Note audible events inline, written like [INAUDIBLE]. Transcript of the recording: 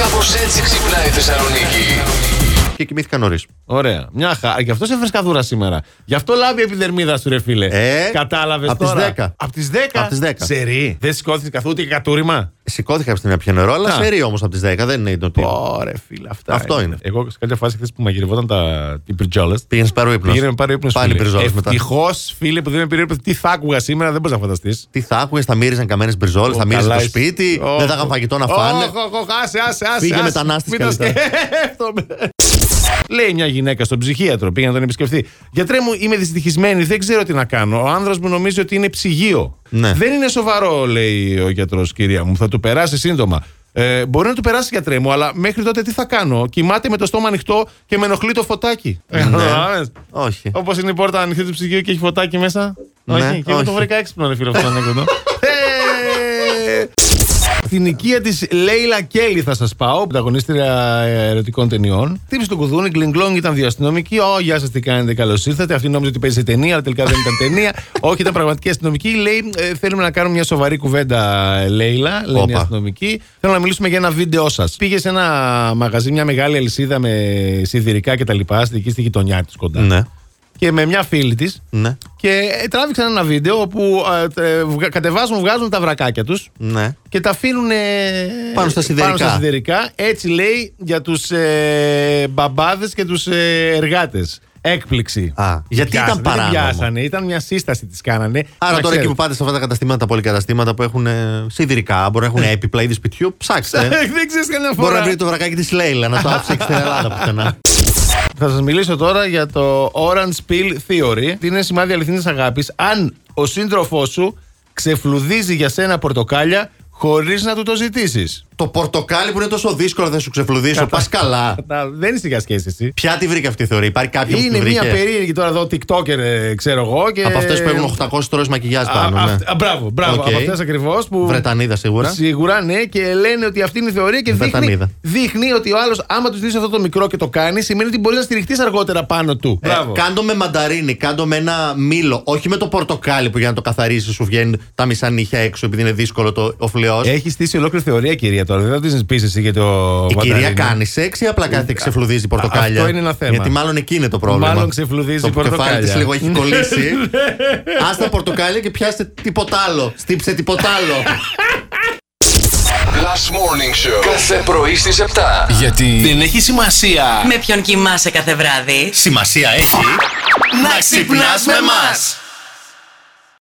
Κάπως έτσι ξυπνάει η Θεσσαλονίκη. Και κοιμήθηκα νωρίς. Ωραία. Μια χαρά. Γι' αυτό σε φρεσκαδούρα σήμερα. Γι' αυτό λάβει επιδερμίδα σου, ρε φίλε. Ε, Κατάλαβες απ' τις τώρα. 10. Από τι 10. Απ' τις 10. Σε ρί. Δεν σηκώθηκες καθόλου και κατούριμα. Σηκώθηκα στην πια νερό, αλλά Α. σε ρί όμως από τις 10. Δεν είναι το τι. Ωραία, φίλε. Αυτά Αυτό είναι. Εγώ σε κάποια φάση χθες που μαγειρευόταν τα... οι πριτζόλε. Πήγαινε πάρω ύπνος. Πήγαινε πάρει ύπνος. Πάλι μπριζόλες μετά. Ευτυχώς, φίλε, που δεν με περίπου τι θα άκουγα σήμερα, δεν μπορείς να φανταστείς. Τι θα άκουγες, θα μύριζαν καμένες μπριζόλες, θα μύριζε το σπίτι, δεν θα είχαν φαγητό να φάνε. Όχι, όχι, άσε, άσε, άσε. Φύγε άσε. μετανάστης Μην το καλύτερα. σκέφτομαι. Λέει μια γυναίκα στον ψυχίατρο, πήγε να τον επισκεφθεί. Γιατρέ μου, είμαι δυστυχισμένη, δεν ξέρω τι να κάνω. Ο άνδρας μου νομίζει ότι είναι ψυγείο. Ναι. Δεν είναι σοβαρό, λέει ο γιατρός, κυρία μου. Θα του περάσει σύντομα. Ε, μπορεί να του περάσει γιατρέ μου, αλλά μέχρι τότε τι θα κάνω. Κοιμάται με το στόμα ανοιχτό και με ενοχλεί το φωτάκι. Ναι. [LAUGHS] Όχι. Όπως είναι η πόρτα ανοιχτή του ψυγείου και έχει φωτάκι μέσα. Ναι, όχι. Και εγώ το όχι. βρήκα έξυπνο, ρε φίλο, [LAUGHS] αυτό το ανέκδοτο. Ε, Στην οικία της Λέιλα Κέλλη θα σας πάω, πρωταγωνίστρια ε, ερωτικών ταινιών. Τύψη του κουδούνι, γκλινγκλόνγκ ήταν δύο αστυνομικοί. Ω, γεια σας, τι κάνετε, καλώς ήρθατε. Αυτή νόμιζε ότι παίζει σε ταινία, αλλά τελικά δεν ήταν [LAUGHS] ταινία. Όχι, ήταν πραγματική αστυνομική. Λέει, «Ε, θέλουμε να κάνουμε μια σοβαρή κουβέντα, ε, Λέιλα. Λέει μια Όπα. αστυνομική. Θέλω να μιλήσουμε για ένα βίντεο σας. Πήγε σε ένα μαγαζί, μια μεγάλη αλυσίδα με σιδηρικά κτλ. Στη δική στη γειτονιά της κοντά. Ναι. Και με μια φίλη της. Ναι. Και ε, τράβηξαν ένα βίντεο όπου ε, ε, βγα- κατεβάζουν, βγάζουν τα βρακάκια τους Ναι. και τα αφήνουν ε, Πάνω στα σιδερικά. πάνω στα σιδερικά. Έτσι λέει για τους ε, μπαμπάδες και τους ε, εργάτες. Έκπληξη. Α, Δεν γιατί πιάσανε, ήταν παράνομο. Δεν την πιάσανε, ήταν μια σύσταση της κάνανε. Άρα Να τώρα εκεί ξέρετε. που πάτε σε αυτά τα καταστήματα, τα πολυκαταστήματα που έχουν ε, σιδηρικά, μπορεί να έχουν έπιπλα είδη σπιτιού, ψάξτε. [LAUGHS] Δεν ξέρεις κανένα Μπορεί να φορά. βρει το βρακάκι της Λέιλα, να το άψει στην Ελλάδα πουθενά. Θα σας μιλήσω τώρα για το Orange Peel Theory. Είναι σημάδι αληθινής αγάπης. Αν ο σύντροφός σου ξεφλουδίζει για σένα πορτοκάλια χωρίς να του το ζητήσεις. Το πορτοκάλι που είναι τόσο δύσκολο θα σου ξεφλουδίσω, Κατά- πας καλά. Κατά- Δεν είσαι για σχέση εσύ. Ποια τη βρήκε αυτή η θεωρία, υπάρχει κάποια που τη Είναι μια βρήκε. περίεργη τώρα εδώ TikToker, ε, ξέρω εγώ. Και... Από αυτές που έχουν 800 τρώες μακιγιάζ Ε, Α, πάνω. ναι. αυτ- α, Μπράβο, μπράβο. Οκ. Από αυτές ακριβώς που. Βρετανίδα σίγουρα. Σίγουρα ναι, και λένε ότι αυτή είναι η θεωρία και δείχνει, Βρετανίδα. δείχνει ότι ο άλλος, άμα τους δεις αυτό το μικρό και το κάνεις, σημαίνει ότι μπορείς να στηριχτείς αργότερα πάνω του. Ε, κάντο με μανταρίνι, κάντο με ένα μήλο. Όχι με το πορτοκάλι που για να το καθαρίσεις σου βγαίνουν τα μισά νύχια έξω επειδή είναι δύσκολο το, ο φλοιό. Έχει στήσει ολόκληρη θεωρία, κυρία, τώρα. Δεν θα την πεις εσύ για το. Η Ε, κυρία βαταρίνι. κάνει σεξ ή απλά κάτι ξεφλουδίζει πορτοκάλια. Ε, αυτό είναι ένα θέμα. Γιατί μάλλον εκεί είναι το πρόβλημα. Μάλλον ξεφλουδίζει το Το κεφάλι πορτοκάλια. τη λίγο [LAUGHS] έχει κολλήσει. Άστα πορτοκάλια και πιάστε τίποτα άλλο. Στύψε τίποτα άλλο. Last Morning Show. Κάθε πρωί στις 7. Γιατί δεν έχει σημασία. Με ποιον κοιμάσαι κάθε βράδυ. Σημασία έχει Να ξυπνάς με μας.